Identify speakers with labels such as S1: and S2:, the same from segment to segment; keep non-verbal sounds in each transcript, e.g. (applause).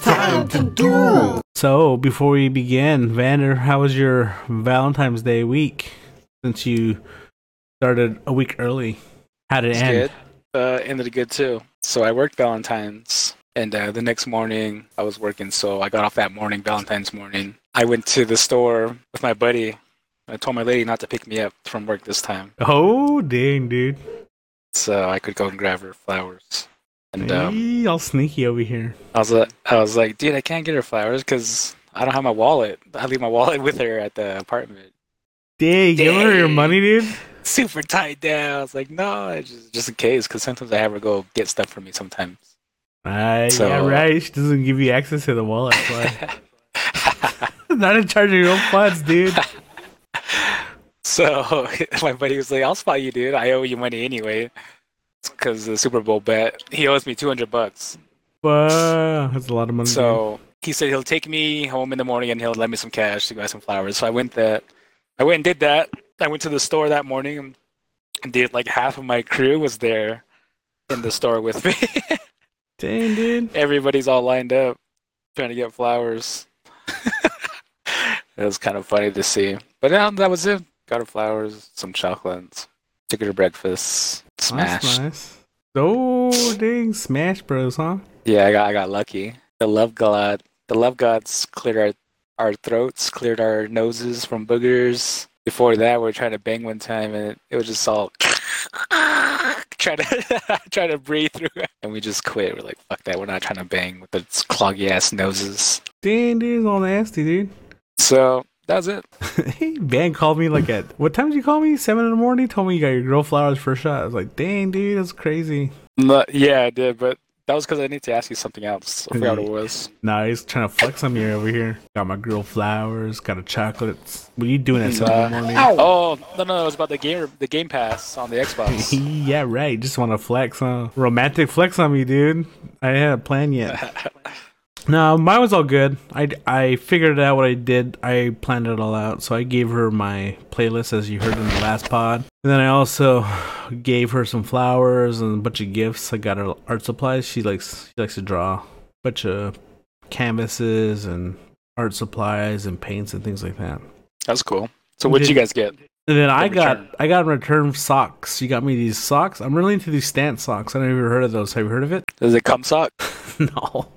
S1: time to do.
S2: So, before we begin, Vander, how was your Valentine's Day week since you started a week early? How did it
S3: It's
S2: end?
S3: good. Uh, ended good too. So I worked Valentine's, and uh, the next morning I was working. So I got off that morning, Valentine's morning. I went to the store with my buddy. I told my lady not to pick me up from work this time,
S2: Oh, dang, dude.
S3: so I could go and grab her flowers. And um,
S2: Hey, all sneaky over here.
S3: I was like, I was like, dude, I can't get her flowers because I don't have my wallet. I leave my wallet (laughs) with her at the apartment.
S2: Dang, give her your
S3: Dang.
S2: money, dude.
S3: Super tight down. I was like, no, it's just just in case, because sometimes I have her go get stuff for me sometimes.
S2: Uh, yeah,
S3: So-
S2: right. She doesn't give you access to the wallet. But
S3: (laughs)
S2: not in charge of your own funds, dude.
S3: So (laughs) my buddy was like, "I'll spot you, dude. I owe you money anyway, because the Super Bowl bet. He owes me two hundred bucks.
S2: Wow, that's a lot of money.
S3: So he said he'll take me home in the morning and he'll lend me some cash to buy some flowers. So I went that. I went and did that. I went to the store that morning and did like half of my crew was there in the store with me. (laughs)
S2: dude. dang, dude.
S3: Everybody's all lined up trying to
S2: (laughs)
S3: get flowers. it was kind of funny to see. But yeah, that was it. Got her flowers, some chocolates, took her to breakfast,
S2: That's
S3: smashed.
S2: nice. Oh, dang, Smash Bros, huh?
S3: Yeah, I got I got lucky. The love god, the love gods cleared our our throats, cleared our noses from boogers. Before that, we were trying to bang one time, and it, it was just all (laughs) try to (laughs) try to breathe through, it. and we just quit. We're like, fuck that, we're not trying to bang with its cloggy ass noses.
S2: Dang, dude, it's all nasty, dude.
S3: So that's it.
S2: (laughs) hey, Van called me like at what time did you call me? Seven in the morning. Told me you got your girl flowers first shot. I was like, dang, dude, that's crazy.
S3: No, yeah, I did, but that was because I need to ask you something else. I forgot what it was.
S2: Nah, he's trying to flex on me over here. Got my girl flowers. Got a chocolates. What are you doing at seven in the morning?
S3: Oh no, no, it was about the game, the Game Pass on
S2: (laughs)
S3: the Xbox.
S2: (laughs)
S3: (laughs)
S2: yeah, right. Just want to flex, huh? Romantic flex on me, dude. I didn't have a plan yet. no, mine was all good. I, I figured out what I did. I planned it all out. So I gave her my playlist, as you heard in the last pod. And then I also (sighs) gave her some flowers and a bunch of gifts. I got her art supplies. She likes she likes to draw. bunch of canvases and art supplies and paints and things like that.
S3: That's cool. So what'd you guys get?
S2: And then I got
S3: return.
S2: I got in return socks. You got me these socks. I'm really into these stance socks. I don't know if you've heard of those. Have you heard of it?
S3: Does it come sock?
S2: (laughs) no.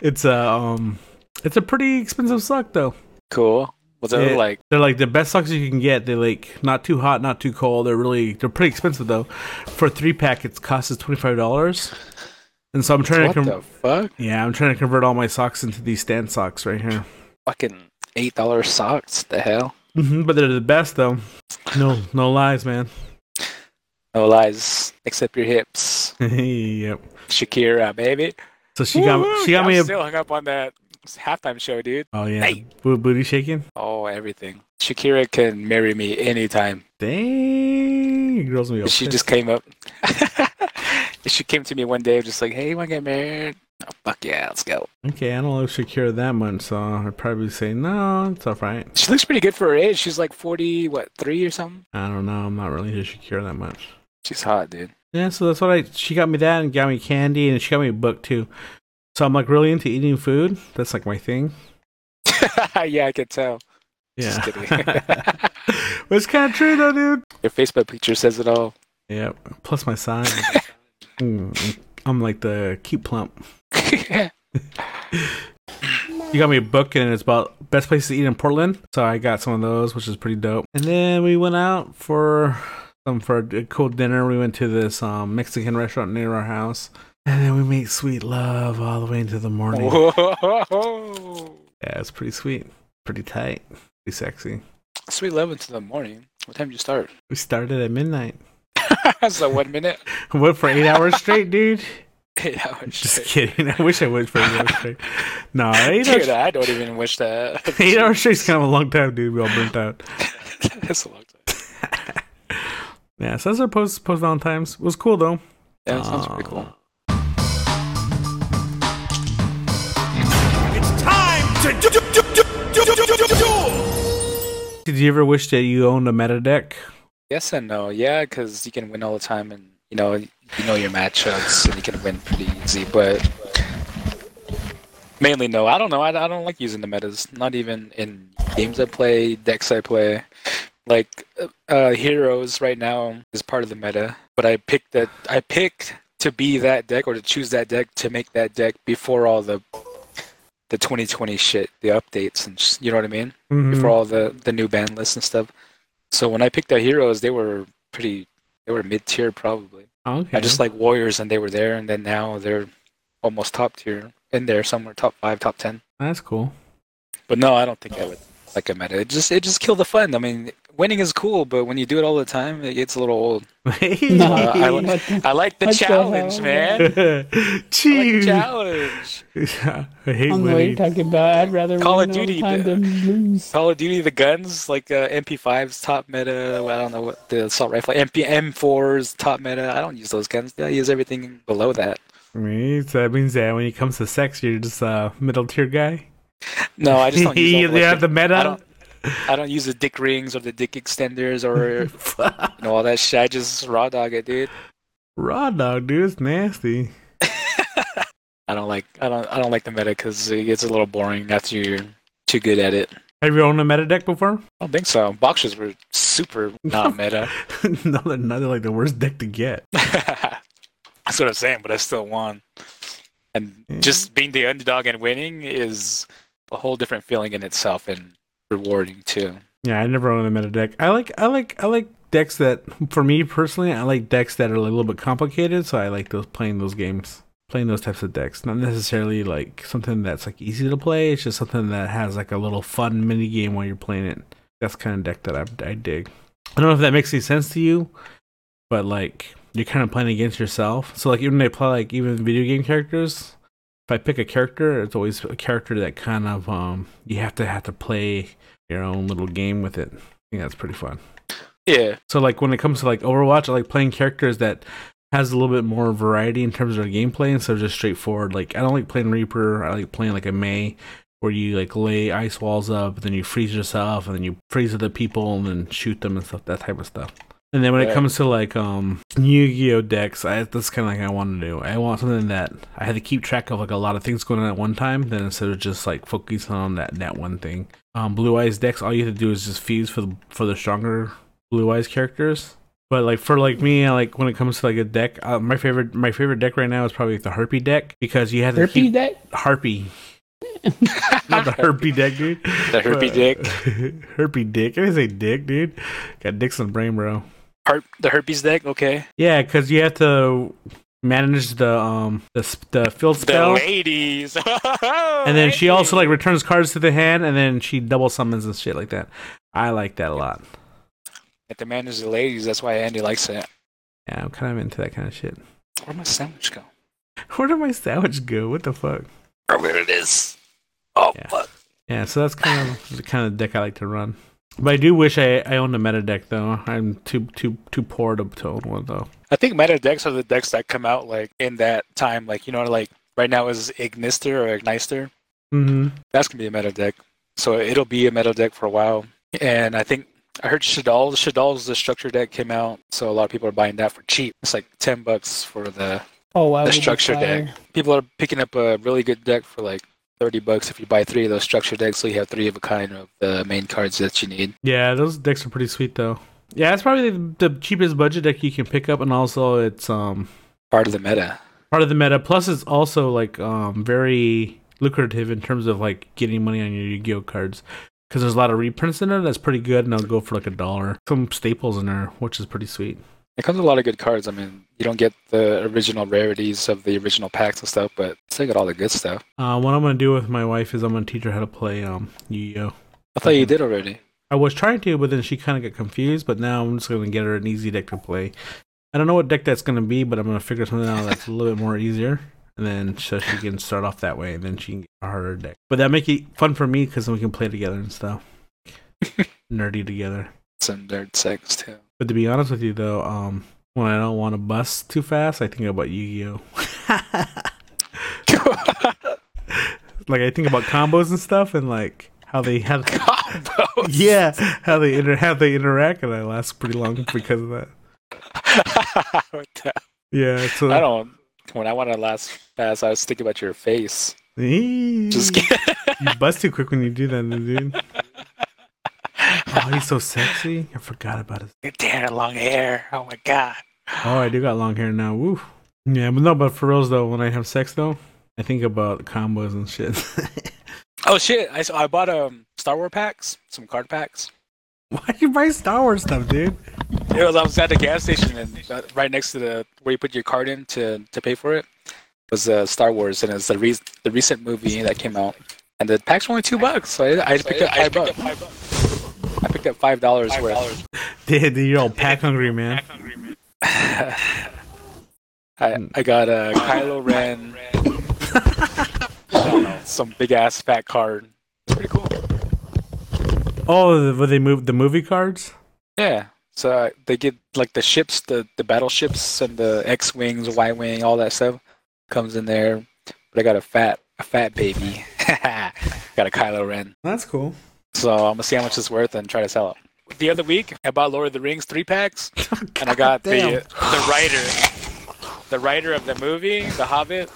S2: It's a um it's a pretty expensive sock though.
S3: cool. What's it
S2: Yeah.
S3: look like?
S2: They're like the best socks you can get. They're like not too hot, not too cold. They're really they're pretty expensive though. For a three pack it costs us twenty five dollars. And so I'm trying
S3: What
S2: to
S3: the fuck?
S2: Yeah, I'm trying to convert all my socks into these stance socks right here.
S3: Fucking eight dollar socks. The hell?
S2: hmm but they're the best though. No, no lies, man. (laughs)
S3: No lies, except your hips.
S2: yep.
S3: Shakira, baby.
S2: So she got
S3: Woo-hoo,
S2: she got
S3: I'm
S2: me a
S3: still hung up on that halftime show, dude.
S2: Oh yeah,
S3: Hey.
S2: Bo- booty shaking.
S3: Oh, everything. Shakira can marry me anytime.
S2: Dang, your girls gonna be all
S3: She
S2: pissed.
S3: just came up. (laughs) she came to me one day, just like, "Hey, want to get married?" Oh, fuck yeah, let's go.
S2: okay. I don't know if Shakira that much, so I'd probably say no. It's all right.
S3: She looks pretty good for her age. She's like forty, what, three or something.
S2: I don't know. I'm not really into Shakira that much.
S3: She's hot, dude. (laughs)
S2: Yeah, so that's what I. She got me that, and got me candy, and she got me a book too. So I'm like really into eating food. That's like my thing.
S3: yeah, I could tell.
S2: Yeah,
S3: Just kidding. (laughs)
S2: (laughs) But it's kind of true though, dude.
S3: Your Facebook picture says it all. (laughs)
S2: Yeah. Plus my size. Mm, I'm like the cute plump. You got me a book and it's about best places to eat in Portland. So I got some of those, which is pretty dope. And then we went out for some for a cool dinner. We went to this um, Mexican restaurant near our house. And then we made sweet love all the way into the morning.
S3: Oh. Whoa.
S2: Yeah, it's pretty sweet. Pretty tight. Pretty sexy.
S3: Sweet love into the morning. What time did you start? (laughs)
S2: We started at midnight. (laughs)
S3: so one minute. (laughs) oh,
S2: Went for eight hours straight, dude.
S3: Eight hours. (laughs)
S2: Just
S3: straight.
S2: kidding. (laughs) I wish I went for eight hours straight. No, eight
S3: (laughs)
S2: hours,
S3: Dude, I don't even wish
S2: (laughs)
S3: that.
S2: eight hours straight's kind of a long time, dude. We all burnt out.
S3: (laughs) That's a long time.
S2: Yeah, so that's our post post Valentine's. It was cool though.
S3: Yeah, that sounds pretty cool.
S1: It's time to do. do, do, do, do, do, do, do, do.
S2: Did you ever wish that you owned a meta deck?
S3: Yes and no. Yeah, because you can win all the time, and you know you know your matchups, and you can win pretty easy. But Mainly no. I don't know. I, I don't like using the metas. Not even in games I play, decks I play. Like uh, uh, heroes right now is part of the meta, but I picked that I picked to be that deck or to choose that deck to make that deck before all the the 2020 shit, the updates and sh you know what I mean?
S2: Mhm.
S4: Mm-hmm.
S3: Before all the the new ban lists and stuff. So when I picked out heroes, they were pretty they were mid tier probably.
S2: Okay.
S3: I just like Warriors, and they were there, and then now they're almost top tier in there somewhere, top five, top ten.
S2: That's cool. (laughs)
S3: But no, I don't think I would like a meta. It just it just killed the fun. I mean, winning is cool, but when you do it all the time, it gets a little
S4: (laughs)
S3: old. Uh,
S4: No,
S3: I
S4: what
S3: like-
S4: (laughs) the-
S3: I like the
S4: What the
S3: challenge,
S4: hell?
S3: man. I like the
S4: (laughs)
S2: Cheese. (laughs)
S3: challenge.
S2: I
S4: I don't know
S2: hate
S4: what
S2: winning.
S4: you're talking about. I'd rather
S3: Call
S4: win
S3: of
S4: all the
S3: Duty,
S4: time
S3: the-
S4: than lose.
S3: Call of Duty, the guns like uh, MP5's top meta. Well, I don't know what the assault rifle, MP M4's top meta. I don't use those guns. I use everything below that.
S2: Me, so that means that when it comes to sex, you're just a middle tier guy.
S3: No,
S2: (laughs)
S3: I just don't use. all
S2: yeah,
S3: the- like,
S2: the meta.
S3: I don't. I don't use the dick rings or the dick extenders or you know all that shit. I just raw dog it, dude.
S2: (laughs) Raw dog, dude, it's nasty.
S3: I don't like. I don't. I don't like the meta because it gets a little boring after you're too good at it. I
S2: Have you owned a meta deck before? (laughs)
S3: don't think so. Boxers were super not meta.
S2: no, they're not. They're like the worst deck to get.
S3: (laughs) That's what I'm saying. But I still won. And just being the underdog and winning is a whole different feeling in itself and rewarding too.
S2: Yeah, I never owned a meta deck. I like, I like, I like decks that, for me personally, I like decks that are a little bit complicated. So I like those playing those games, playing those types of decks. Not necessarily like something that's like easy to play. It's just something that has like a little fun mini game while you're playing it. That's the kind of deck that I, I dig. I don't know if that makes any sense to you, but like you're kind of playing against yourself. So like even they play like even video game characters. If I pick a character, it's always a character that kind of um you have to have to play your own little game with it. I think that's pretty fun.
S3: Yeah.
S2: So like when it comes to like Overwatch, I like playing characters that has a little bit more variety in terms of their gameplay instead of just straightforward. Like I don't like playing Reaper. I like playing like a May where you like lay ice walls up, then you freeze yourself, and then you freeze other people and then shoot them and stuff. That type of stuff. And then when it
S3: Right.
S2: comes to like um Yu-Gi-Oh decks, I, that's kind of like I want to do. I want something that I had to keep track of like a lot of things going on at one time, then instead of just like focusing on that that one thing. Um, Blue Eyes decks, all you have to do is just fuse for the for the stronger Blue Eyes characters. But like for like me, I like when it comes to like a deck, uh, my favorite my favorite deck right now is probably the Harpy deck because you have to
S4: Herpy
S2: keep
S4: deck?
S2: Harpy. Not the herpy deck, dude.
S3: The herpy
S2: (laughs)
S3: dick.
S2: herpy dick. I didn't say dick, dude. Got dicks in the brain, bro.
S3: Herp, the herpes deck. Okay.
S2: Yeah, because you have to manage the um the sp- the field spell,
S3: The ladies. (laughs)
S2: and then she also like returns cards to the hand, and then she double summons and shit like that. I like that a lot.
S3: At the manages the ladies. That's why Andy likes it.
S2: Yeah, I'm kind of into that kind of shit. (laughs)
S3: Where'd my sandwich go?
S2: Where did my sandwich go? What the fuck?
S3: Or where it is? Oh
S2: Yeah.
S3: fuck!
S2: Yeah, so that's kind of the kind of deck I like to run. But I do wish I, I owned a meta deck though. I'm too too too poor to, to own one though.
S3: I think meta decks are the decks that come out like in that time. Like you know, like right now is Ignister or Ignister.
S2: Mm-hmm.
S3: That's gonna be a meta deck. So it'll be a meta deck for a while. And I think I heard Shadal. Shadal's the structure deck came out, so a lot of people are buying that for cheap. It's like ten bucks for the.
S4: Oh, I
S3: The
S4: would
S3: structure
S4: fire.
S3: People are picking up a really good deck for like thirty bucks if you buy three of those structure decks. So you have three of a kind of the main cards that you need.
S2: Yeah, those decks are pretty sweet though. Yeah, it's probably the, the cheapest budget deck you can pick up, and also it's um
S3: Part of the meta.
S2: part of the meta. Plus, it's also like um very lucrative in terms of like getting money on your Yu-Gi-Oh cards because there's a lot of reprints in there that's pretty good, and they'll go for like a dollar. Some staples in there, which is pretty sweet.
S3: It comes with a lot of good cards. I mean, you don't get the original rarities of the original packs and stuff, but still got all the good stuff.
S2: Uh, what I'm gonna do with my wife is I'm gonna teach her how to play um Yu-Gi-Oh.
S3: I thought you did already.
S2: I was trying to, but then she kind of got confused. But now I'm just gonna get her an easy deck to play. I don't know what deck that's gonna be, but I'm gonna figure something out that's a little bit more easier, and then so she can start off that way, and then she can get a harder deck. But that make it fun for me because then we can play together and stuff, nerdy together.
S3: Some nerd sex too. (laughs)
S2: But to be honest with you, though, um, when I don't want to bust too fast, I think about Yu-Gi-Oh. like I think about combos and stuff, and like how they have
S3: Combos.
S2: yeah how they inter- how they interact, and I last pretty long because of that.
S3: I
S2: Yeah, so
S3: don't. When I want to last fast, I was thinking about your face.
S2: Just Mm.
S3: Just kidding. (laughs)
S2: You bust too quick when you do that, dude. Oh, he's so sexy. I forgot about his.
S3: Damn, long hair. Oh my god.
S2: Oh, I do got long hair now. Woo. Yeah, but no, but for reals though, when I have sex though, I think about combos and shit. (laughs)
S3: Oh shit! I, so I bought um Star Wars packs, some card packs.
S2: Why you buy Star Wars stuff, dude?
S3: It was I was at the gas station and uh, right next to the where you put your card in to to pay for it was uh, Star Wars and it's the re- the recent movie that came out and the packs were only two bucks. So I, I picked up five bucks. I picked up five dollars worth.
S2: Dude, dude, you're all pack hungry, man.
S3: I I got a uh, Kylo Ren. (laughs) I don't know, some big ass fat card. It's pretty cool.
S2: Oh, the- where they moved the movie cards?
S3: Yeah. So uh, they get like the ships, the the battleships and the X wings, Y wing, all that stuff comes in there. But I got a fat a fat baby. (laughs) got a Kylo Ren.
S2: That's cool.
S3: So I'm gonna see how much it's worth and try to sell it. The other week, I bought Lord of the Rings
S4: (laughs)
S3: three packs,
S4: Oh,
S3: and I got
S2: damn.
S3: the the writer, the writer of the movie, The Hobbit.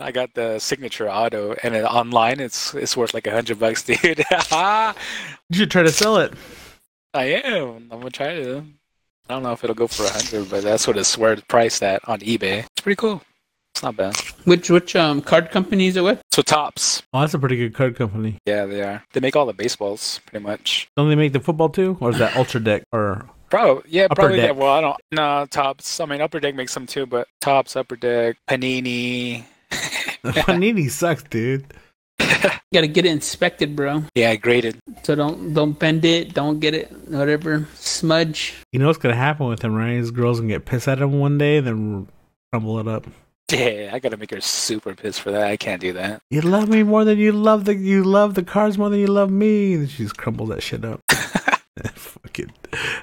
S3: I got the signature auto, and it, online it's it's worth like a hundred bucks, (laughs) dude. I
S2: You should try to sell it.
S3: am. I'm gonna try to. I don't know if it'll go for a hundred, but that's what it's worth priced at on eBay. It's pretty cool. It's not bad.
S4: Which which um card company is it with?
S3: So tops,
S2: Oh, that's a pretty good card company.
S3: yeah, they are. They make all the baseballs, pretty much.
S2: Don't they make the football too, or is that Ultra Deck? Or (laughs)
S3: Probably, yeah,
S2: Upper
S3: probably.
S2: Deck.
S3: That, well, I don't. No, tops. I mean, upper deck makes them too, but tops, upper deck, panini.
S2: Panini sucks, dude.
S4: You gotta get it inspected, bro.
S3: Yeah, graded.
S4: So don't don't bend it, don't get it, whatever. Smudge.
S2: You know what's gonna happen with him, right? His girls gonna get pissed at him one day, then crumble it up.
S3: Yeah, I gotta make her super pissed for that. I can't do that.
S2: You love me more than you love the you love the cards more than you love me. And she just crumbles that shit up. (laughs) Fucking,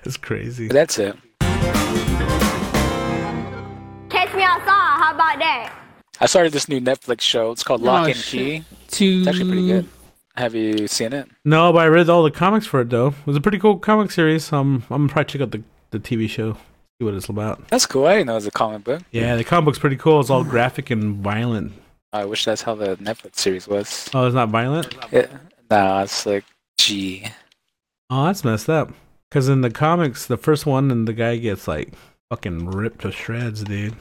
S2: that's crazy.
S3: But that's it.
S5: Catch me outside, how about that?
S3: I started this new Netflix show. It's called Lock
S4: Oh,
S3: and
S4: shit.
S3: Key.
S4: Two.
S3: It's actually pretty good. Have you seen it?
S2: No, but I read all the comics for it though. It was a pretty cool comic series. So I'm I'm gonna probably check out the the TV show, see what it's about.
S3: That's cool. I didn't know it was a comic book.
S2: Yeah, the comic book's pretty cool. It's all graphic and violent.
S3: I wish that's how the Netflix series was.
S2: Oh, it's not violent.
S3: It, nah, it's like, gee,
S2: Oh, that's messed up. Cause in the comics, the first one and the guy gets like fucking ripped to shreds, dude.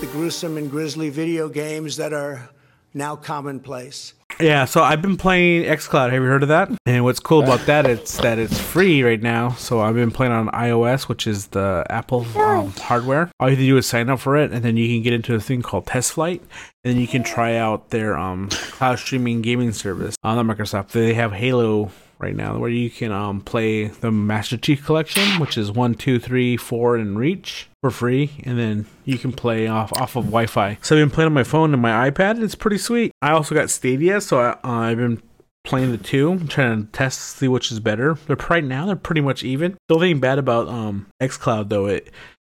S6: the gruesome and grisly video games that are now commonplace.
S2: Yeah, so I've been playing xCloud. Have you heard of that? And what's cool about that it's that it's free right now. So I've been playing on iOS, which is the Apple um, hardware. All you have to do is sign up for it, and then you can get into a thing called Test Flight, and then you can try out their um, cloud streaming gaming service on the Microsoft. They have Halo right now, where you can um, play the Master Chief Collection, which is one, two, three, four, and Reach for free, and then you can play off off of Wi-Fi. So I've been playing on my phone and my iPad. It's pretty sweet. I also got Stadia, so I, I've been playing the two, I'm trying to test see which is better. They're right now they're pretty much even. The only thing bad about um, XCloud though it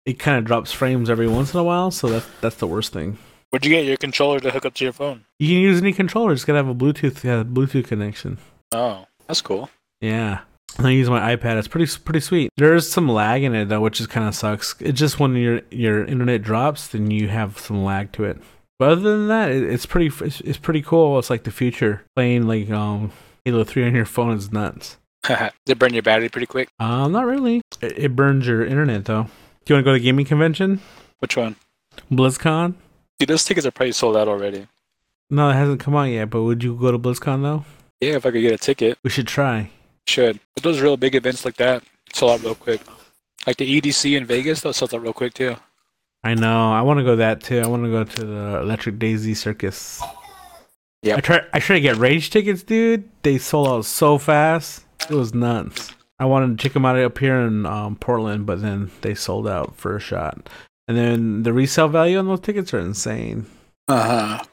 S2: it kind of drops frames every once in a while, so that's that's the worst thing.
S7: Where'd you get your controller to hook up to your phone?
S2: You can use any controller. It's gotta have a Bluetooth yeah, Bluetooth connection.
S3: oh, that's cool. (laughs)
S2: Yeah. And I use my iPad. It's pretty pretty sweet. There's some lag in it though, which is kind of sucks. It's just when your your internet drops, then you have some lag to it. But other than that, it, it's pretty it's, it's pretty cool. It's like the future. Playing like um Halo 3 on your phone is nuts.
S3: Did it burn your battery pretty quick?
S2: Uh, not really. It, it burns your internet though. Do you want to go to the gaming convention?
S3: Which one?
S2: BlizzCon?
S3: Dude, those tickets are probably sold out already.
S2: No, it hasn't come out yet. But would you go to BlizzCon though?
S3: Yeah, if I could get a ticket.
S2: We should try.
S3: Should. But those real big events like that sell out real quick. Like the EDC in Vegas, those sold out real quick too.
S2: I know. I want to go that too. I want to go to the Electric Daisy Circus.
S3: Yep.
S2: I try. I tried to get Rage tickets, dude. They sold out so fast. It was nuts. I wanted to check them out up here in um, Portland, but then they sold out for a shot. And then the resale value on those tickets are insane.
S3: Uh huh.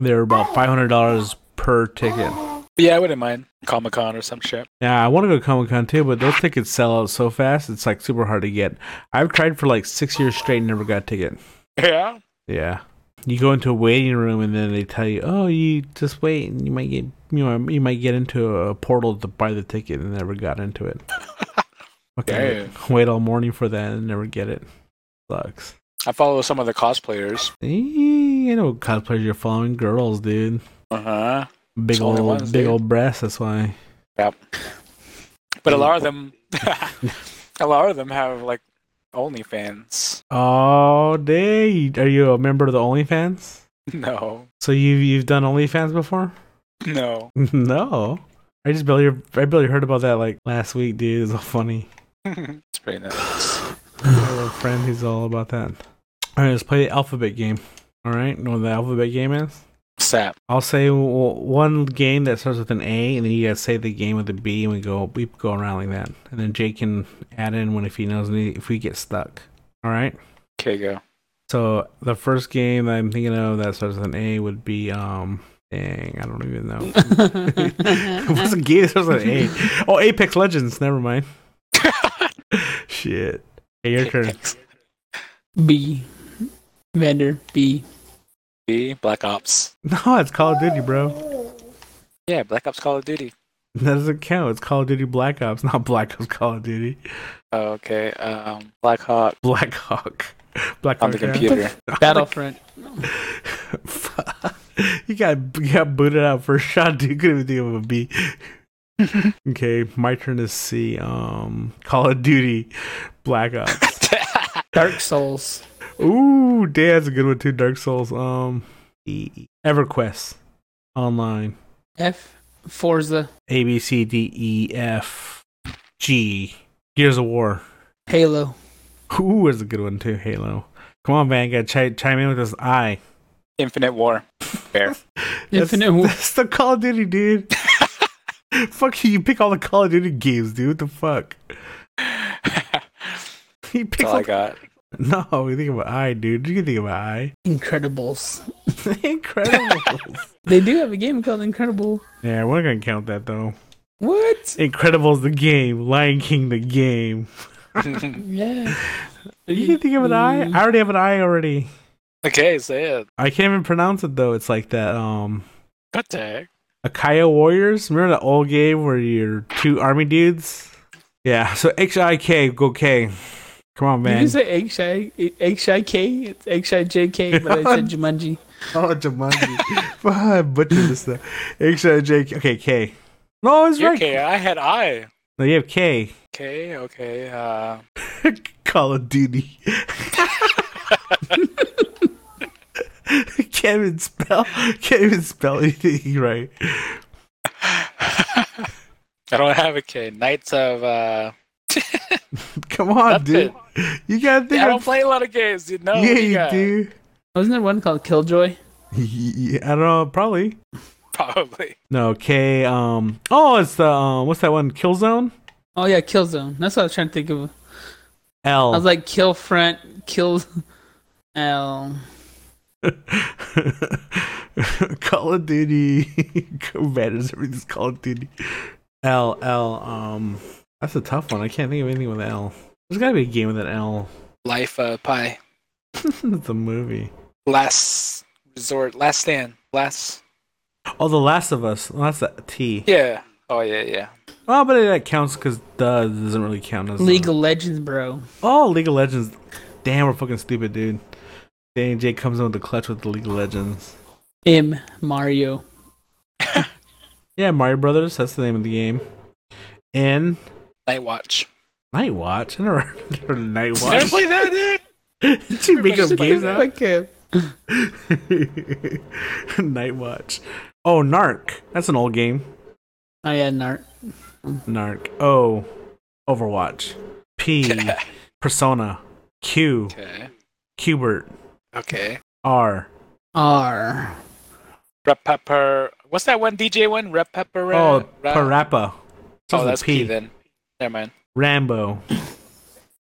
S2: They're about five hundred dollars per ticket.
S3: Yeah, I wouldn't mind Comic Con or some shit.
S2: Yeah, I want to go to Comic Con too, but those tickets sell out so fast. It's like super hard to get. I've tried for like six years straight and never got a ticket.
S3: Yeah.
S2: Yeah. You go into a waiting room and then they tell you, "Oh, you just wait and you might get you know you might get into a portal to buy the ticket and never got into
S3: (laughs)
S2: it." Okay. Wait all morning for that and never get it. Sucks.
S3: I follow some of the cosplayers.
S2: Eh, I know what cosplayers you're following. Girls, dude.
S3: Uh huh.
S2: Big
S3: It's only
S2: old,
S3: ones,
S2: big
S3: dude.
S2: old breasts. That's why.
S3: Yep. But a lot of them, (laughs) a lot of them have like OnlyFans. (laughs)
S2: Oh, day. Are you a member of the OnlyFans?
S3: No,
S2: So you've you've done OnlyFans before? (laughs)
S3: no. (laughs)
S2: no. I just barely I barely heard about that like last week, dude. It's so funny.
S3: it's pretty nice.
S2: I have a friend who's all about that. All right, let's play the alphabet game. All right, know what the alphabet game is?
S3: Sap.
S2: I'll say w- one game that starts with an A, and then you guys say the game with a B, and we go we go around like that. And then Jake can add in when if he knows any, if we get stuck. All right.
S3: Okay, go.
S2: So the first game that I'm thinking of that starts with an A would be um. Dang, I don't even know. (laughs) What's a game that starts with an A? Oh, Apex Legends. Never mind. (laughs) Shit. Hey, your turn.
S4: (laughs)
S2: (laughs)
S4: B. Vendor B.
S3: B. Black Ops.
S2: No, it's Call of Duty, bro.
S3: Yeah, Black Ops Call of Duty.
S2: (laughs) That doesn't count. It's Call of Duty Black Ops, not (laughs) Black Ops Call of Duty.
S3: Oh, okay. Um, Black Hawk
S2: Black Hawk. (laughs) Black
S3: on
S2: Hawk
S3: the
S2: down.
S3: computer.
S4: Battlefront.
S2: (laughs) Fuck. you got you got booted out first shot, (laughs) dude. Couldn't even think of a B.
S3: (laughs)
S2: okay, my turn to see. Um, Call of Duty, Black Ops. (laughs)
S4: Dark Souls.
S2: Ooh, damn, that's a good one too. Dark Souls. Um, E- EverQuest Online.
S4: F. Forza.
S2: A B C D E F G. Gears of War.
S4: Halo.
S2: Ooh, that's a good one too. Halo. Come on, man. Gotta chi- chime in with this I.
S7: (laughs)
S3: Infinite War.
S2: (laughs)
S3: Fair.
S2: That's-
S4: Infinite War.
S2: That's the Call of Duty, (laughs) dude. fuck you. You pick all the Call of Duty games, dude. What the fuck? You pick
S3: That's all
S2: all (laughs)
S3: I got.
S2: No, you think about I, dude. You can think about I.
S4: Incredibles.
S2: (laughs) Incredibles.
S4: They do have a game called Incredible.
S2: (laughs) yeah, we're not gonna count that though.
S4: What?
S2: Incredibles the game. Lion King the game.
S4: Yeah. Mm.
S2: You can think of an I. I already have an I already.
S7: (laughs) Okay, say it.
S2: I can't even pronounce it though. It's like that um
S7: What the heck?
S2: Akaya Warriors. Remember that old game where you're two army dudes? Yeah, so H I K go K. Come on,
S4: Did
S2: man.
S4: you say H I H I K? It's H I J K, but
S2: (laughs)
S4: I said Jumanji.
S2: oh, Jumanji. (laughs) Fuck, I butchered this stuff. H I J K. Okay, K. No, it's
S7: You're
S2: right.
S7: K. I had I.
S2: No, you have K.
S7: K. Okay. Uh,
S2: (laughs) Call of Duty. (laughs) can't even spell. Can't even spell anything right.
S7: I don't have a K. Knights of. Uh,
S2: Come
S7: That's
S2: on, dude. You gotta think.
S7: I
S2: of-
S7: don't play a lot of games. You know.
S2: yeah,
S7: What
S2: you
S7: got?
S2: do. (laughs)
S4: Wasn't there one called Killjoy?
S2: Yeah, I don't know. Probably.
S7: Probably.
S2: No, K. Um. Oh, it's the um. What's that one? Killzone.
S4: Oh yeah, Killzone. That's what I was trying to think of.
S2: L.
S4: I was like Kill Front, Kill (laughs) L.
S2: (laughs) Call of Duty. (laughs) Commanders. Everything's Call of Duty. L. L. Um. That's a tough one. I can't think of anything with an L. There's gotta be a game with an L. (laughs)
S3: Life of Pi.
S2: it's a movie.
S3: Last Resort. Last Stand. Last.
S2: Oh, The Last of Us. Well, that's a T.
S3: Yeah. Oh yeah, yeah.
S2: Oh, but that counts because duh doesn't really count as a-
S4: League of Legends, bro.
S2: Oh, League of Legends. Damn, we're fucking stupid, dude. Dang, Jake comes in with the clutch with the League of Legends.
S4: M Mario.
S2: Yeah, Mario Brothers. That's the name of the game. And
S3: Night Watch.
S2: Night Watch. I never (laughs) heard of Night
S7: Never
S2: Watch.
S7: play that, dude.
S2: (laughs) Did you make up games (laughs) now?
S4: Fuck him.
S2: Night Watch. Oh, Narc. That's an old game.
S4: Oh yeah, Nart.
S2: Narc. O. Overwatch.
S3: (laughs)
S2: P. Persona. Q.
S3: Okay.
S2: Qbert.
S3: Okay.
S2: R.
S4: R.
S7: Rep pepper. What's that one DJ one? Rep pepper. uh,
S2: Oh,
S7: ra-
S2: Parappa.
S3: Oh,
S2: Starts with
S3: that's
S2: P.
S3: P then. Never mind.
S2: Rambo.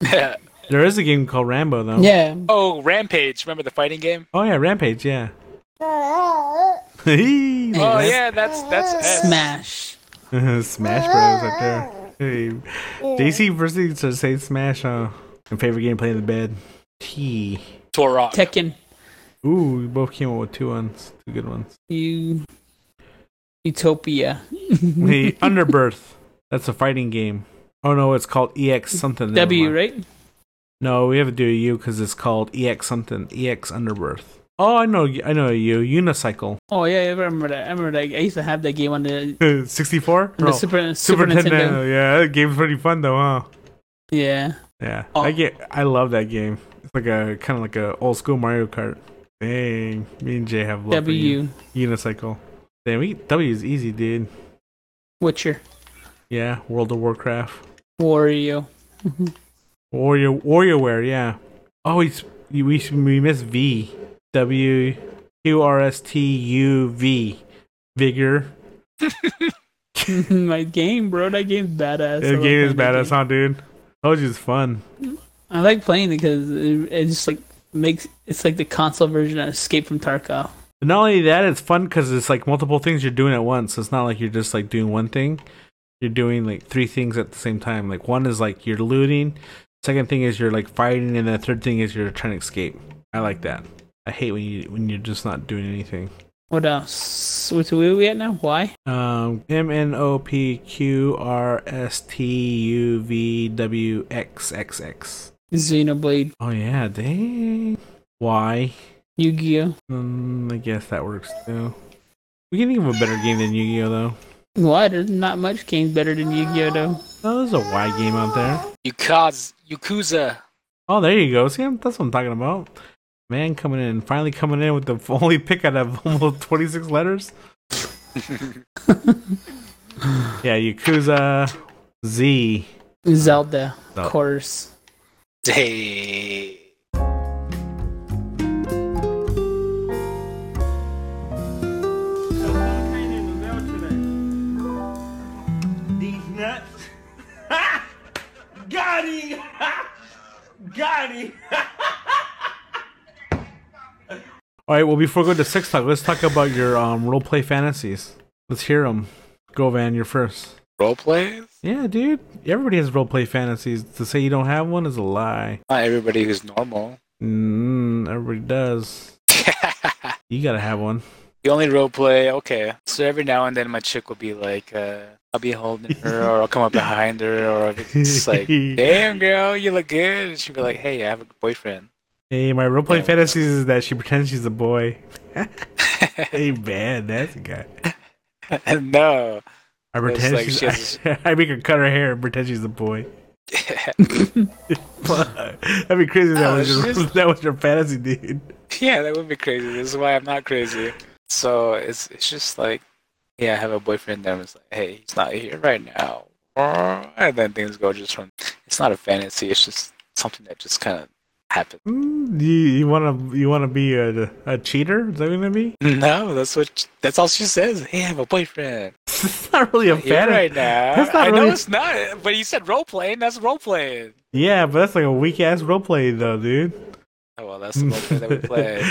S7: Yeah.
S2: There is a game called Rambo though.
S4: Yeah.
S3: (laughs)
S7: Oh, Rampage. Remember the fighting game?
S2: Oh yeah, Rampage. Yeah. (laughs) Hey,
S7: Oh
S2: Ram-
S7: yeah, that's that's S.
S4: Smash.
S2: (laughs) Smash Bros. Up there. Hey, JC first thing to say Smash. Huh? My favorite game playing in the bed. T.
S7: Torok.
S4: Tekken.
S2: Ooh, we both came up with two ones, two good ones.
S4: You. Utopia.
S2: Hey,
S4: (laughs)
S2: Underbirth. That's a fighting game. Oh no, it's called EX E something. never
S4: W,
S2: mind.
S4: right?
S2: No, we have to do a U because it's called EX something, EX Underbirth. Oh, I know, I know a U, Unicycle. (laughs)
S4: Oh yeah, I remember that. I remember that. I used to have that game on the
S2: 64?
S4: the Super- Super Nintendo.
S2: Yeah, that game's pretty fun though, huh?
S4: yeah.
S2: Yeah,
S4: Oh.
S2: I get, I love that game. It's like a kind of like a old school Mario Kart. Dang, me and Jay have love for
S4: W
S2: U- Unicycle. Damn, we W is easy, dude.
S4: Witcher
S2: Yeah, World of Warcraft,
S4: Wario. (laughs)
S2: Warrior, WarioWare. Yeah. Oh, he's, we we we miss V, W, Q R S T U V, vigor.
S4: My game, bro. That game's badass. I
S2: That
S4: love
S2: game is
S4: playing that
S2: badass,
S4: game.
S2: huh, dude? Told you it's fun.
S4: I like playing it because it, it just like makes it's like the console version of Escape from Tarkov.
S2: But not only that, it's fun because it's like multiple things you're doing at once. It's not like you're just like doing one thing. You're doing like three things at the same time. Like one is like you're looting. Second thing is you're like fighting, and the third thing is you're trying to escape. I like that. I hate when you when you're just not doing anything.
S4: What else? What's where we at now? Why?
S2: Um, M N O P Q R S T U V W X X X.
S4: Xenoblade,
S2: Oh yeah, dang. Why?
S4: Yu-Gi-Oh.
S2: Um, I guess that works too. We can think of a better game than Yu-Gi-Oh though.
S4: Why? There's not much games better than Yu-Gi-Oh though.
S2: Oh, there's a Y game out there.
S7: Yukaz, Yakuza.
S2: Oh, there you go. See, that's what I'm talking about. Man coming in, finally coming in with the (laughs) only pick out of almost 26 letters. yeah, Yakuza Z.
S4: Zelda,
S2: No.
S4: of course.
S7: Day.
S1: These nuts. Got him. Got him.
S2: All right, well, before we go to Six Talk, let's talk about your um, roleplay fantasies. Let's hear them. Go, Van, you're first.
S3: Role plays?
S2: Yeah, dude. Everybody has roleplay fantasies. To say you don't have one is a lie.
S3: Not everybody who's normal. (laughs)
S2: Mm, everybody does. You gotta have one.
S3: The only role play, okay. So every now and then my chick will be like, uh, I'll be holding her or I'll come up behind her or I'll be just like, damn girl, you look good. And she'll be like, hey, I have a boyfriend. (laughs)
S2: Hey, my roleplay fantasies is that she pretends she's a
S3: (laughs)
S2: boy. hey, man, that's a guy.
S3: no.
S2: I pretend
S3: like
S2: she's.
S3: she has
S2: (laughs) I make her cut her hair and pretend she's a boy. (laughs) That'd be crazy. if That
S3: No,
S2: was
S3: it's
S2: your, (laughs) that was your fantasy, dude.
S3: (laughs) Yeah, that would be crazy. This is why I'm not crazy. So it's it's just like, yeah, I have a boyfriend. And I'm just like, hey, he's not here right now. And then things go just from. It's not a fantasy. It's just something that just kind of happened. (laughs)
S2: Mm, you you want to you want to be a, a cheater? Is that gonna be? (laughs)
S3: No, that's what. That's all she says. Hey, I have a boyfriend.
S2: It's not really a
S3: Yeah,
S2: fantasy.
S3: right
S2: (laughs)
S3: now.
S2: That's not
S3: I
S2: really-
S3: know it's not. But you said role playing. That's role playing.
S2: Yeah, but that's like a weak ass roleplay though, dude.
S3: Oh well, that's the role play that we play.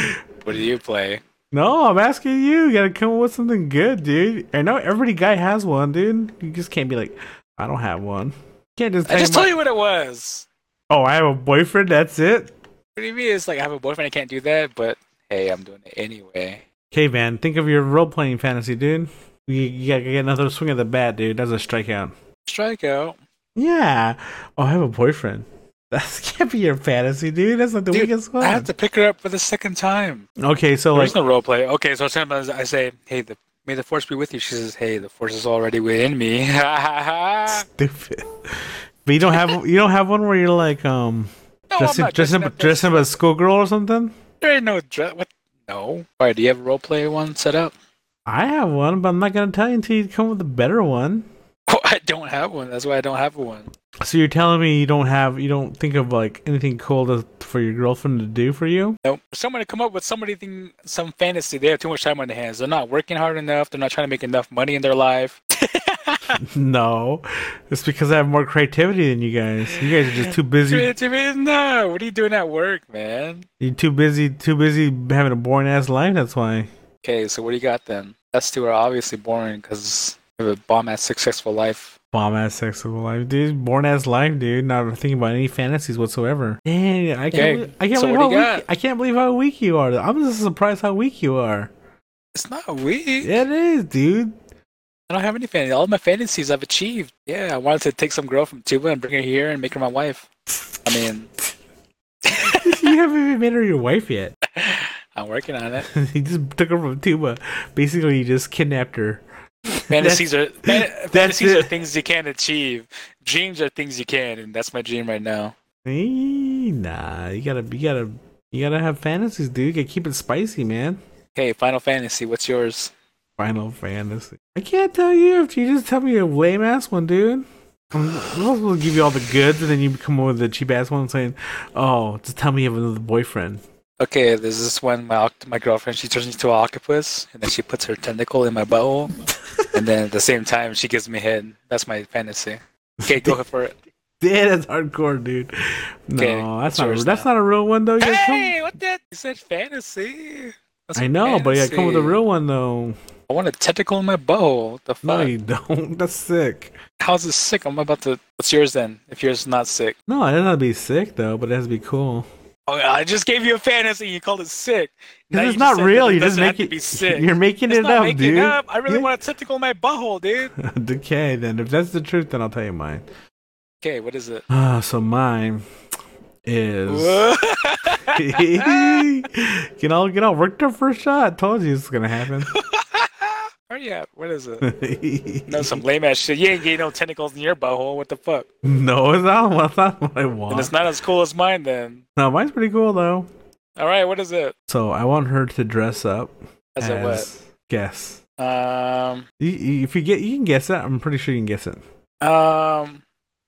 S3: What do you play?
S2: (laughs) No, I'm asking you. You gotta come up with something good, dude. I know every guy has one, dude. You just can't be like, I don't have one. can't just.
S3: I
S2: hang
S3: just
S2: my-
S3: told you what it was.
S2: Oh, I have a boyfriend. That's it.
S3: What do you mean? It's like I have a boyfriend. I can't do that. But hey, I'm doing it anyway.
S2: Okay, man. Think of your role playing fantasy, dude. You, you gotta get another swing at the bat, dude. That's a strikeout.
S3: Strikeout.
S2: Yeah. Oh, I have a boyfriend. (laughs) That can't be your fantasy, dude. That's like the
S3: Dude,
S2: weakest one.
S3: I have to pick her up for the second time.
S2: Okay, so like,
S3: There's no role play. Okay, so sometimes I say, "Hey, the, may the force be with you." She says, "Hey, the force is already within me." (laughs) no,
S2: (laughs) stupid. But you don't have you don't have one where you're like um
S3: Oh, I'm
S2: dressing
S3: not dressing up.
S2: dressing up as a schoolgirl or something.
S3: There ain't no dress. What? No. All right. Do you have a role play one set up? (laughs)
S2: I have one, but I'm not gonna tell you until you come up with a better one.
S3: Oh, I don't have one. That's why I don't have one.
S2: So you're telling me you don't have you don't think of like anything cool to, for your girlfriend to do for you? (laughs)
S3: No. For someone to come up with somebody thing, some fantasy, they have too much time on their hands. They're not working hard enough. They're not trying to make enough money in their life.
S2: No, it's because I have more creativity than you guys. You guys are just too busy.
S3: no. What are you doing at work, man?
S2: You're too busy, too busy having a boring ass life. That's why.
S3: Okay, so what do you got then? Us two are obviously boring because we have a bomb ass successful life.
S2: Bomb ass sexual life, dude. Boring ass life, dude. Not thinking about any fantasies whatsoever. Dang, I can't.
S3: Okay,
S2: believe- I can't
S3: so
S2: believe
S3: what
S2: how
S3: do you
S2: weak.
S3: got?
S2: I can't believe how weak you are. I'm just surprised how weak you are.
S3: It's not weak.
S2: It is, dude.
S3: I don't have any fantasy. All my fantasies I've achieved. Yeah, I wanted to take some girl from Tuba and bring her here and make her my wife. I mean,
S2: (laughs) you haven't even made her your wife yet. (laughs)
S3: I'm working on it.
S2: he just took her from Tuba. Basically, he just kidnapped her.
S3: Fantasies are fan- fantasies are
S2: it.
S3: things you can't achieve. Dreams are things you can, and that's my dream right now.
S2: Eh, Nah, you gotta, you gotta, you gotta have fantasies, dude. You gotta keep it spicy, man.
S3: Hey, Final Fantasy, what's yours?
S2: Final Fantasy. I can't tell you if you just tell me a lame ass one, dude. I'm I'm not supposed to give you all the goods, and then you come over with the cheap ass one saying, "Oh, just tell me you have another boyfriend." (laughs)
S3: Okay, there's this one my oct- my girlfriend. She turns into an octopus, and then she puts her tentacle in my butthole, and then at the same time she gives me head. That's my fantasy. Okay, go
S2: (laughs)
S3: for it.
S2: Yeah, that's hardcore, dude. No,
S3: Okay,
S2: that's
S3: what's
S2: not. A,
S3: yours
S2: that's
S3: now?
S2: not a real one though. You gotta come-
S3: Hey, what the? You said fantasy. That's
S2: I know, but you gotta come with a
S3: fantasy.
S2: real one though.
S3: I want a tentacle in my butthole. What The fuck?
S2: No, you don't. (laughs) That's sick.
S3: How's this sick? I'm about to. What's yours then? If yours is not sick.
S2: No, it doesn't be sick though, but it has to be cool. (laughs)
S3: Oh, I just gave you a fantasy. You called it sick. Now
S2: Because
S3: you
S2: it's
S3: just
S2: not
S3: said
S2: real.
S3: that
S2: You just
S3: doesn't have
S2: make
S3: to
S2: it.
S3: be
S2: (laughs)
S3: sick.
S2: You're making
S3: It's
S2: it
S3: not
S2: up,
S3: making
S2: dude.
S3: up. I really
S2: Yeah.
S3: want a tentacle in my butthole, dude.
S2: okay, then if that's the truth, then I'll tell you mine.
S3: Okay, what is it?
S2: Ah, so mine
S3: (laughs)
S2: is. (laughs)
S3: Whoa.
S2: you know, get all worked up for a shot. Told you it's gonna happen. (laughs)
S3: Hurry up. Oh, What is it? No, some lame ass shit. You ain't getting no tentacles in your butthole. What the fuck?
S2: no, it's not, (laughs) what- not what I
S3: And it's
S2: want.
S3: not as cool as mine then.
S2: No, mine's pretty cool though.
S3: All right, what is it?
S2: So I want her to dress up
S3: As a what?
S2: guess.
S3: Um,
S2: You, you- if you get, you can guess it. I'm pretty sure you can guess it. (laughs)
S3: um,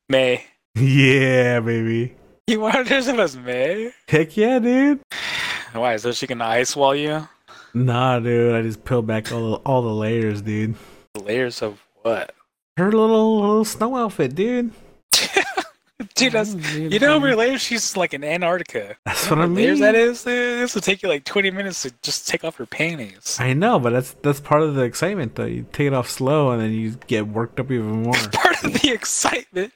S3: May.
S2: yeah, baby.
S3: You want to dress up as May?
S2: Heck yeah, dude.
S3: Why? So she can ice wall you?
S2: Nah, dude. I just peeled back all all the layers, dude.
S3: Layers of what?
S2: Her little little snow outfit, dude.
S3: Dude, that's, you know how many layers she's like in Antarctica?
S2: That's what I mean.
S3: Layers that is? Dude, this will take you like 20 minutes to just take off her panties.
S2: I know, but that's that's part of the excitement, though. You take it off slow, and then you get worked up even
S3: (laughs)
S2: more.
S3: (laughs) Part of the excitement.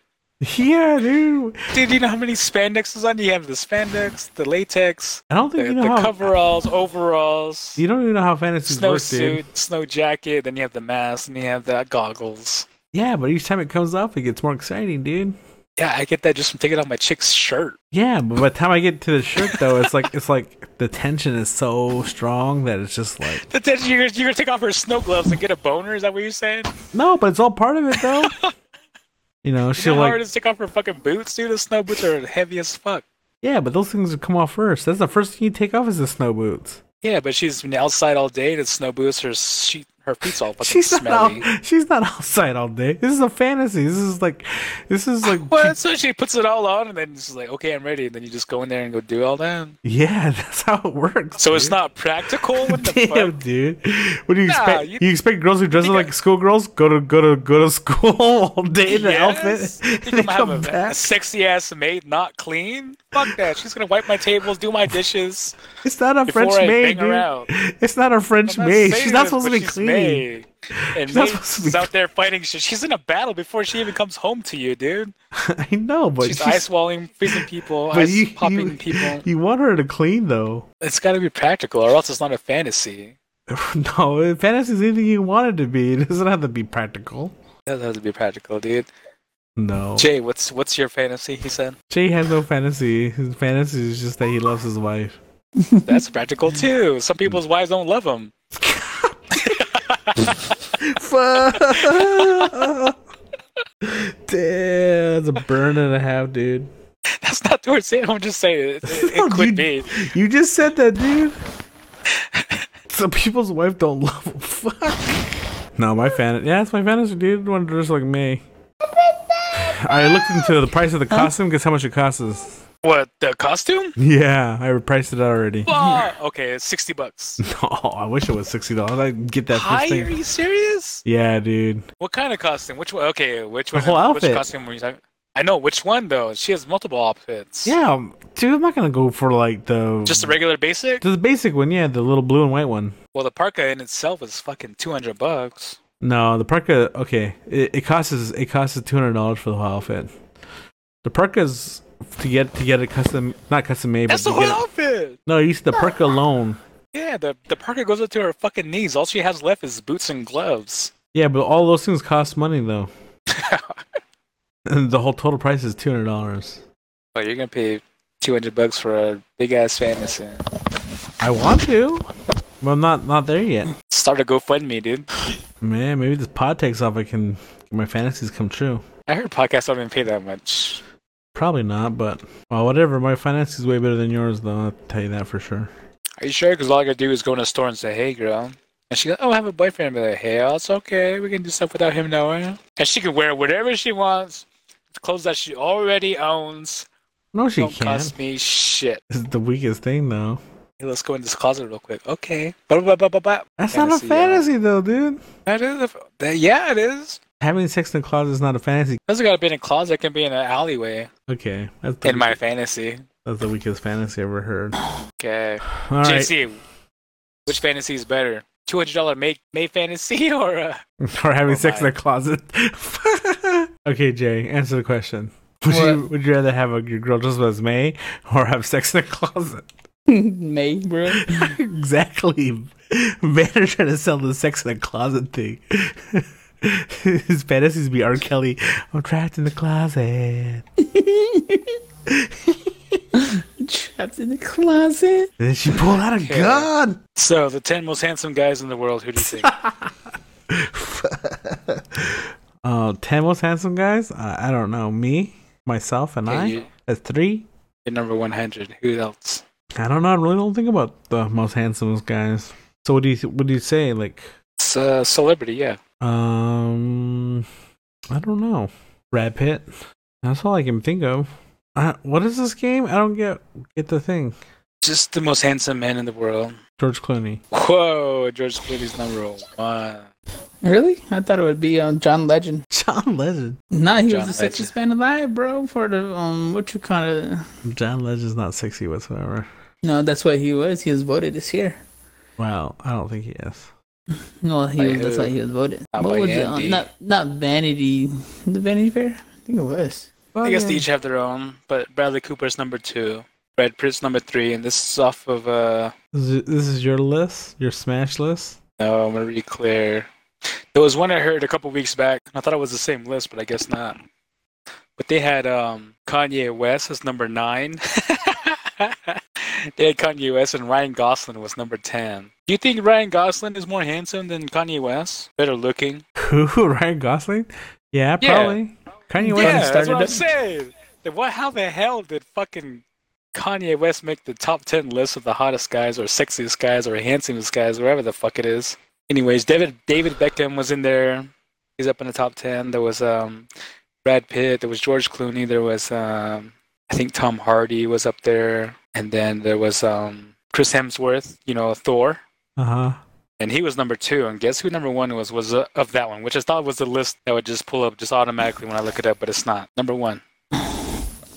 S2: yeah, dude.
S3: Dude, you know how many spandexes on? You have the spandex, the latex,
S2: I don't
S3: the,
S2: think you know
S3: the
S2: how
S3: coveralls, overalls,
S2: you don't even know how fantasies work, dude.
S3: snowsuit, snow jacket, then you have the mask, and you have the goggles.
S2: Yeah, but each time it comes up, it gets more exciting, dude.
S3: Yeah, I get that just from taking off my chick's shirt.
S2: Yeah, but by the time I get to the shirt, though, it's like it's like the tension is so strong that it's just like
S3: But then you're, you're gonna take off her snow gloves and get a boner? Is that what you're saying?
S2: no, but it's all part of it,
S3: (laughs)
S2: though. you know,
S3: You
S2: she'll
S3: know how hard it
S2: like
S3: is to take off her fucking boots, dude? The snow boots are heavy as fuck.
S2: yeah, but those things come off first. That's the first thing you take off is the snow boots.
S3: Yeah, but she's been outside all day and it's snow boots. Her she, her feet's all fucking
S2: She's not
S3: smelly.
S2: out, (laughs) she's not outside all day. This is a fantasy. This is like this is
S3: (laughs)
S2: like
S3: Well, so she puts it all on and then she's like, "Okay, I'm ready." And then you just go in there and go do all that.
S2: yeah, (laughs) that's how it works.
S3: So it's
S2: dude.
S3: not practical. What
S2: (laughs)
S3: the
S2: Damn,
S3: fuck?
S2: dude. What do you
S3: Nah,
S2: expect?
S3: you-
S2: you, expect girls who dress up
S3: think I-
S2: like schoolgirls go to go to go to (laughs) school all day in an
S3: Yes?
S2: outfit (laughs)
S3: You
S2: and
S3: think
S2: they
S3: I'm gonna
S2: come
S3: have a- a, (laughs)
S2: back?
S3: sexy ass maid not clean? Fuck that. She's gonna wipe my tables, do my dishes.
S2: It's not a
S3: before
S2: French
S3: I
S2: maid,
S3: bang
S2: dude.
S3: around.
S2: (laughs) It's not a French
S3: I'm not
S2: maid.
S3: saying
S2: She's not
S3: this,
S2: supposed to
S3: but
S2: be
S3: she's
S2: clean.
S3: May. And
S2: She's not
S3: May's
S2: supposed to be
S3: out there fighting shit. She's in a battle before she even comes home to you, dude.
S2: (laughs) I know, but
S3: She's
S2: she's-
S3: ice walling, freezing people,
S2: but
S3: ice
S2: you, (laughs)
S3: popping
S2: you,
S3: people.
S2: you want her to clean though. (laughs)
S3: It's got to be practical, or else it's not a fantasy.
S2: no, fantasy is anything you want it to be. It doesn't have to be practical.
S3: That has to be practical, dude.
S2: No, Jay,
S3: Jay, what's what's your fantasy? He said
S2: has no fantasy. His fantasy is just that he loves his wife.
S3: that's
S2: (laughs)
S3: practical too. Some people's wives don't love him.
S2: Fuck. (laughs) Damn, that's a burn and a half, dude.
S3: That's not what we're saying. I'm just saying it,
S2: (laughs)
S3: it,
S2: No,
S3: it could
S2: you-
S3: be.
S2: You just said that, dude. Some people's wife don't love them. Fuck. No, my fan. Yeah, it's my fantasy, dude. One dress like me. I looked into the price of the costume. Guess how much it costs? us.
S3: What the costume?
S2: Yeah, I priced it already. (laughs)
S3: Oh, okay, it's sixty bucks.
S2: No, I wish it was sixty dollars. I'd get (laughs) that
S3: Hi,
S2: first
S3: are
S2: thing.
S3: you serious?
S2: Yeah, dude.
S3: What kind of costume? Which one? Okay, which one?
S2: whole outfit.
S3: Which costume were you talking? I know which one though. She has multiple outfits.
S2: Yeah, um, dude. I'm not gonna go for like the
S3: Just the regular basic.
S2: the basic one. Yeah, the little blue and white one.
S3: Well, the parka in itself is fucking two hundred bucks.
S2: No, the parka. Okay, it, it costs us- it costs us two hundred dollars for the whole outfit. The parka's to get to get a custom, not custom made,
S3: That's
S2: but
S3: the
S2: to
S3: whole
S2: get it-
S3: outfit.
S2: no, you see the parka alone.
S3: Yeah, the the parka goes up to her fucking knees. All she has left is boots and gloves.
S2: Yeah, but all those things cost money
S3: (laughs)
S2: though. (laughs) And the whole total price is two hundred dollars.
S3: But you're gonna pay two hundred bucks for a big ass fantasy.
S2: I want to. Well, not not there yet.
S3: Start a GoFundMe, dude.
S2: Man, maybe this pod takes off. I can my fantasies come true.
S3: I heard podcasts don't even pay that much.
S2: Probably not, but well, whatever. My finances way better than yours, though. I'll tell you that for sure.
S3: Are you sure? Because all I gotta do is go in a store and say, "Hey, girl," and she goes, "Oh, I have a boyfriend." But like, "Hell, it's okay. We can do stuff without him knowing." And she can wear whatever she wants, clothes that she already owns.
S2: No, she
S3: don't
S2: can't.
S3: cost me shit.
S2: It's the weakest thing, though.
S3: Hey, let's go in this closet real quick. Okay. Ba- ba- ba- ba- ba-
S2: That's not a
S3: Fantasy, yeah.
S2: fantasy, though, dude.
S3: That is a, that, yeah, it is.
S2: Having sex in the closet is not a fantasy.
S3: Doesn't gotta be in a closet. It can be in an alleyway.
S2: Okay, that's the,
S3: In my fantasy.
S2: that's the weakest fantasy I ever
S3: (sighs)
S2: heard. All
S3: Okay.
S2: right, (laughs)
S3: JC, which fantasy is better? Two hundred dollar May May fantasy (laughs) or a
S2: or having
S3: Oh,
S2: sex in
S3: my.
S2: the closet. (laughs) okay, Jay, answer the question. Would you would you rather have a, your girl just as May or have sex in the closet?
S4: (laughs) May, bro.
S2: (laughs) exactly. Men are trying to sell the sex in the closet thing. (laughs) His fantasies be R. Kelly. I'm trapped in the closet.
S4: Trapped in the closet.
S2: And then she pulled out a gun. (laughs)
S3: So the ten most handsome guys in the world, who do you think?
S2: Uh, ten most handsome guys. Uh, I don't know. Me, myself, and
S3: Yeah,
S2: I.
S3: you-
S2: That's three.
S3: You're number one hundred. Who else?
S2: I don't know. I really don't think about the most handsomest guys. So what do you what do you say? Like,
S3: It's a celebrity, yeah.
S2: um, I don't know. Brad Pitt. That's all I can think of. Uh, what is this game? I don't get get the thing.
S3: Just the most handsome man in the world.
S2: George Clooney.
S3: Whoa, George Clooney's number one.
S4: Really? I thought it would be um, John Legend.
S2: (laughs) John Legend.
S4: Nah, he
S3: John
S4: was the
S3: Legend.
S4: sexiest man alive, bro. For the um, what you kind of?
S2: John Legend's not sexy whatsoever.
S4: No, that's what he was. He was voted this year.
S2: Wow, I don't think he is.
S4: No, he
S3: By
S4: was, that's
S3: who?
S4: why he was voted.
S3: uh, Not by
S4: what was it? Uh,
S3: Andy.
S4: Not not Vanity. The Vanity Fair? I think it was.
S3: I guess they each have their own, but Bradley Cooper's number two, Brad Pitt's number three, and this is off of uh
S2: This is- this is your list, your smash list. (laughs)
S3: no Marie Claire. There was one I heard a couple weeks back, and I thought it was the same list, but I guess not. But they had um Kanye West as number nine. (laughs) they had Kanye West and Ryan Gosling was number ten. Do you think Ryan Gosling is more handsome than Kanye West? Better looking?
S2: Who? Ryan Gosling? Yeah,
S3: Yeah.
S2: probably. Kanye West
S3: Yeah, that's
S2: started
S3: what I'm
S2: it.
S3: saying. Then what? How the hell did fucking Kanye West make the top ten list of the hottest guys or sexiest guys or handsomest guys, wherever the fuck it is? Anyways, David David Beckham was in there. He's up in the top ten. There was um, Brad Pitt. There was George Clooney. There was um, I think Tom Hardy was up there, and then there was um, Chris Hemsworth. You know, Thor.
S2: Uh huh.
S3: And he was number two, and guess who number one was was uh, of that one, which I thought was the list that would just pull up just automatically when I look it up, but it's not number one.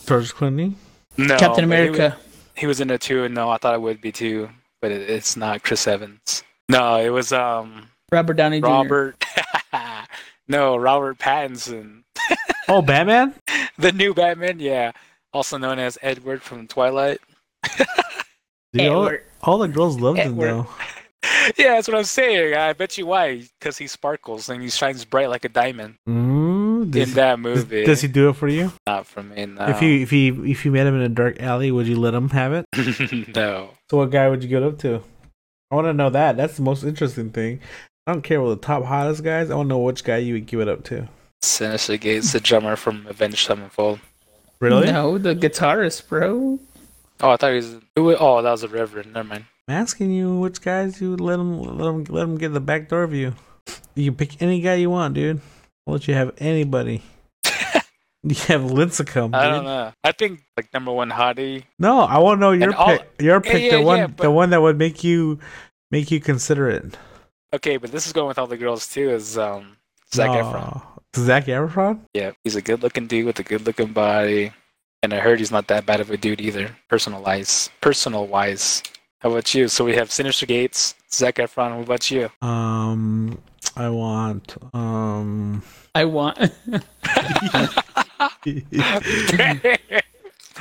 S2: George Clooney.
S3: No,
S4: Captain
S3: but he wa-
S4: America.
S3: He was in there too, and no, I thought it would be two, but it, it's not Chris Evans. No, it was um
S4: Robert Downey Jr.
S3: Robert. (laughs) no, Robert Pattinson,
S2: Oh, Batman.
S3: the new Batman. Yeah, also known as Edward from Twilight. (laughs)
S2: Dude, all,
S4: Edward.
S2: all the girls loved him
S4: Edward.
S2: though.
S3: yeah, that's what I'm saying. I bet you why? Because he sparkles and he shines bright like a diamond
S2: Mm,
S3: in
S2: does,
S3: that
S2: (laughs) does,
S3: movie.
S2: does he do it for you?
S3: Not for me. No.
S2: If you if he if you met him in a dark alley, would you let him have it?
S3: (laughs) no.
S2: So what guy would you get up to? I want to know that. That's the most interesting thing. I don't care what the top hottest guys. I want to know which guy you would give it up to.
S3: Sinister Gates, the drummer from Avenged Sevenfold.
S4: No, the guitarist, bro.
S3: Oh, I thought he was. who wa- Oh, that was a Reverend. Never mind.
S2: I'm asking you which guys you would let them let them let them get the back door view. You can pick any guy you want, dude. I'll let you have
S3: (laughs)
S2: anybody. you have Lincecum, dude.
S3: I don't know. I think like number one hottie.
S2: No, I want to know your
S3: And all-
S2: pick. Your
S3: Yeah,
S2: pick,
S3: yeah,
S2: the one,
S3: yeah,
S2: the
S3: but-
S2: one that would make you make you consider it.
S3: Okay, but this is going with all the girls too. Is um Zac Efron.
S2: Efron. Zac Efron.
S3: Yeah, he's a good-looking dude with a good-looking body, and I heard he's not that bad of a dude either. Personal wise, personal wise. How about you? So we have Sinister Gates, Zac Efron. What about you? (laughs)
S2: Um, I want um. (laughs)
S4: I want. (laughs)
S2: I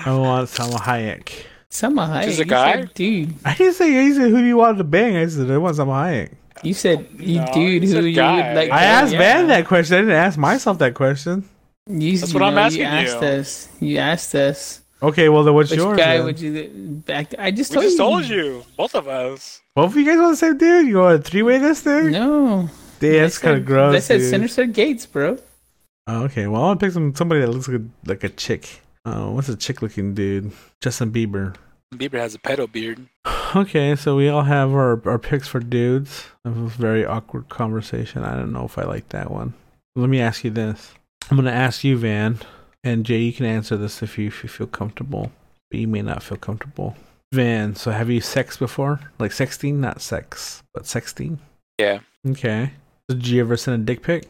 S2: want Salma Hayek.
S4: Selma Hayek.
S3: She's a
S4: you
S3: guy?
S4: said dude.
S2: I didn't say he said who do you want to bang. I said I want Salma Hayek.
S4: You said you
S3: No,
S4: dude
S3: he's
S4: who
S3: a
S4: you
S3: guy.
S4: would like.
S2: I
S4: to-
S2: asked
S4: yeah.
S2: Van that question. I didn't ask myself that question.
S4: You,
S3: That's
S4: you
S3: what I'm
S4: know, you
S3: asking you.
S4: asked us. You asked us.
S2: Okay, well then what's
S4: Which
S2: yours?
S4: guy
S2: then?
S4: would you get back? I just
S7: We
S4: told
S7: just
S4: you.
S7: told you, both of us.
S2: Both of you guys want the same dude? You want to three way this thing?
S4: No.
S2: Damn, that's
S4: I said-
S2: kind of gross.
S4: I said
S2: dude.
S4: Sinister Gates, bro. (laughs)
S2: Oh, okay, well I want to pick some somebody that looks like a, like a chick. Oh, what's a chick looking dude? Justin Bieber.
S3: Bieber has a pedo beard.
S2: Okay, so we all have our, our picks for dudes. That was a very awkward conversation. I don't know if I like that one. Let me ask you this. I'm gonna ask you, Van, and Jay. You can answer this if you if you feel comfortable, but you may not feel comfortable. Van, so have you sexed before? Like sexting, not sex, but sexting.
S3: Yeah.
S2: Okay. Did you ever send a dick pic?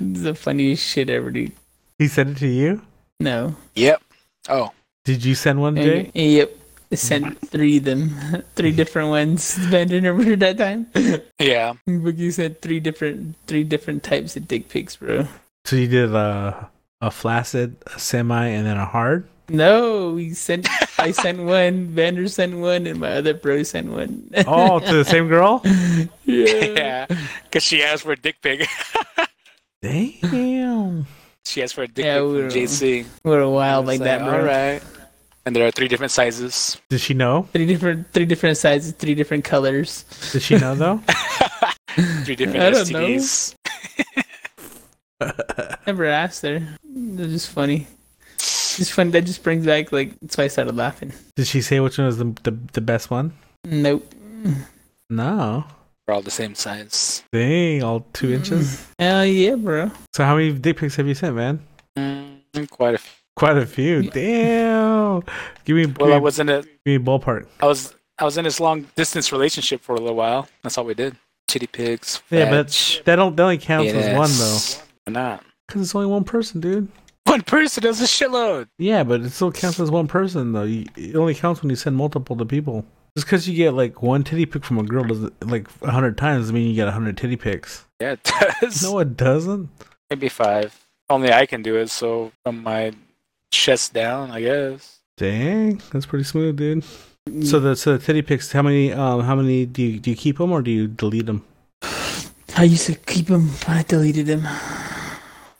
S4: the funniest shit ever, dude.
S2: He sent it to you.
S4: No.
S3: Yep. Oh,
S2: Did you send one, Jay?
S4: And- Yep. I sent three of them, (laughs) three different ones. (laughs) Ben, remember that time?
S3: yeah. (laughs)
S4: Boogie said three different, three different types of dick pics, bro.
S2: So you did a a flaccid, a semi, and then a hard.
S4: No, we sent. I sent one. Vander sent one, and my other bro sent one. (laughs)
S2: Oh, to the same girl.
S4: yeah.
S7: Yeah, because she asked for a dick
S3: (laughs)
S7: pic.
S2: (laughs) Damn.
S7: she asked for a dick
S4: Yeah,
S7: pic
S4: we
S7: from
S4: were-
S3: JC.
S4: We're wild like
S3: It's
S4: that, bro.
S3: All right. And there are three different sizes.
S2: Did she know?
S4: Three different, three different sizes, three different colors.
S2: Did she know though?
S7: Three different
S4: I don't know.
S7: STDs.
S4: Never asked her. That's just funny. It's funny. That just brings back like that's why I started laughing.
S2: Did she say which one was the the, the best one?
S4: Nope.
S2: No.
S3: They're all the same size.
S2: Dang, all two inches.
S4: Hell yeah, bro.
S2: So how many dick pics have you sent, man?
S3: Mm, quite a few.
S2: Quite a few. Damn. Give me,
S3: Well, I
S2: give, me
S3: was in a,
S2: give me ballpark.
S3: I was, I was in this long distance relationship for a little while. That's all we did. Chitty pigs.
S2: Yeah, but
S3: fetch,
S2: that don't that only counts as one though,
S3: penis. Why not?
S2: because it's only one person, dude.
S3: One person does a shitload.
S2: Yeah, but it still counts as one person though. You, it only counts when you send multiple to people. Just because you get like one titty pic from a girl doesn't like a hundred times doesn't mean you get a hundred titty pics.
S3: Yeah, it (laughs) does.
S2: No, it doesn't.
S3: Maybe five. Only I can do it. So from my chest down, I guess.
S2: Dang, that's pretty smooth, dude. So the so the titty pics, how many um how many do you do you keep them or do you delete them?
S4: I used to keep them, but I deleted them.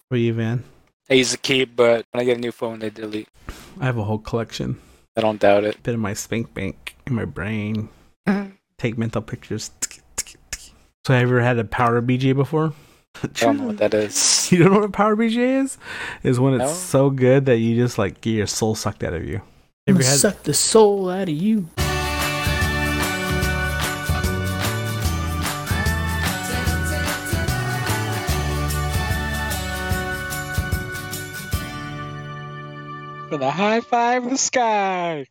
S2: For you, Van,
S3: I use the key, but when I get a new phone, I delete.
S2: I have a whole collection.
S3: I don't doubt it.
S2: Bit in my spink bank in my brain. Take mental pictures. So have you ever had a power BJ before?
S3: I don't know what that is.
S2: (laughs) You don't know what a power BJ is? Is when it's
S3: No.
S2: so good that you just like get your soul sucked out of you. Have you
S4: I'ma
S2: had-
S4: suck the soul out of you.
S3: With a high five in the sky.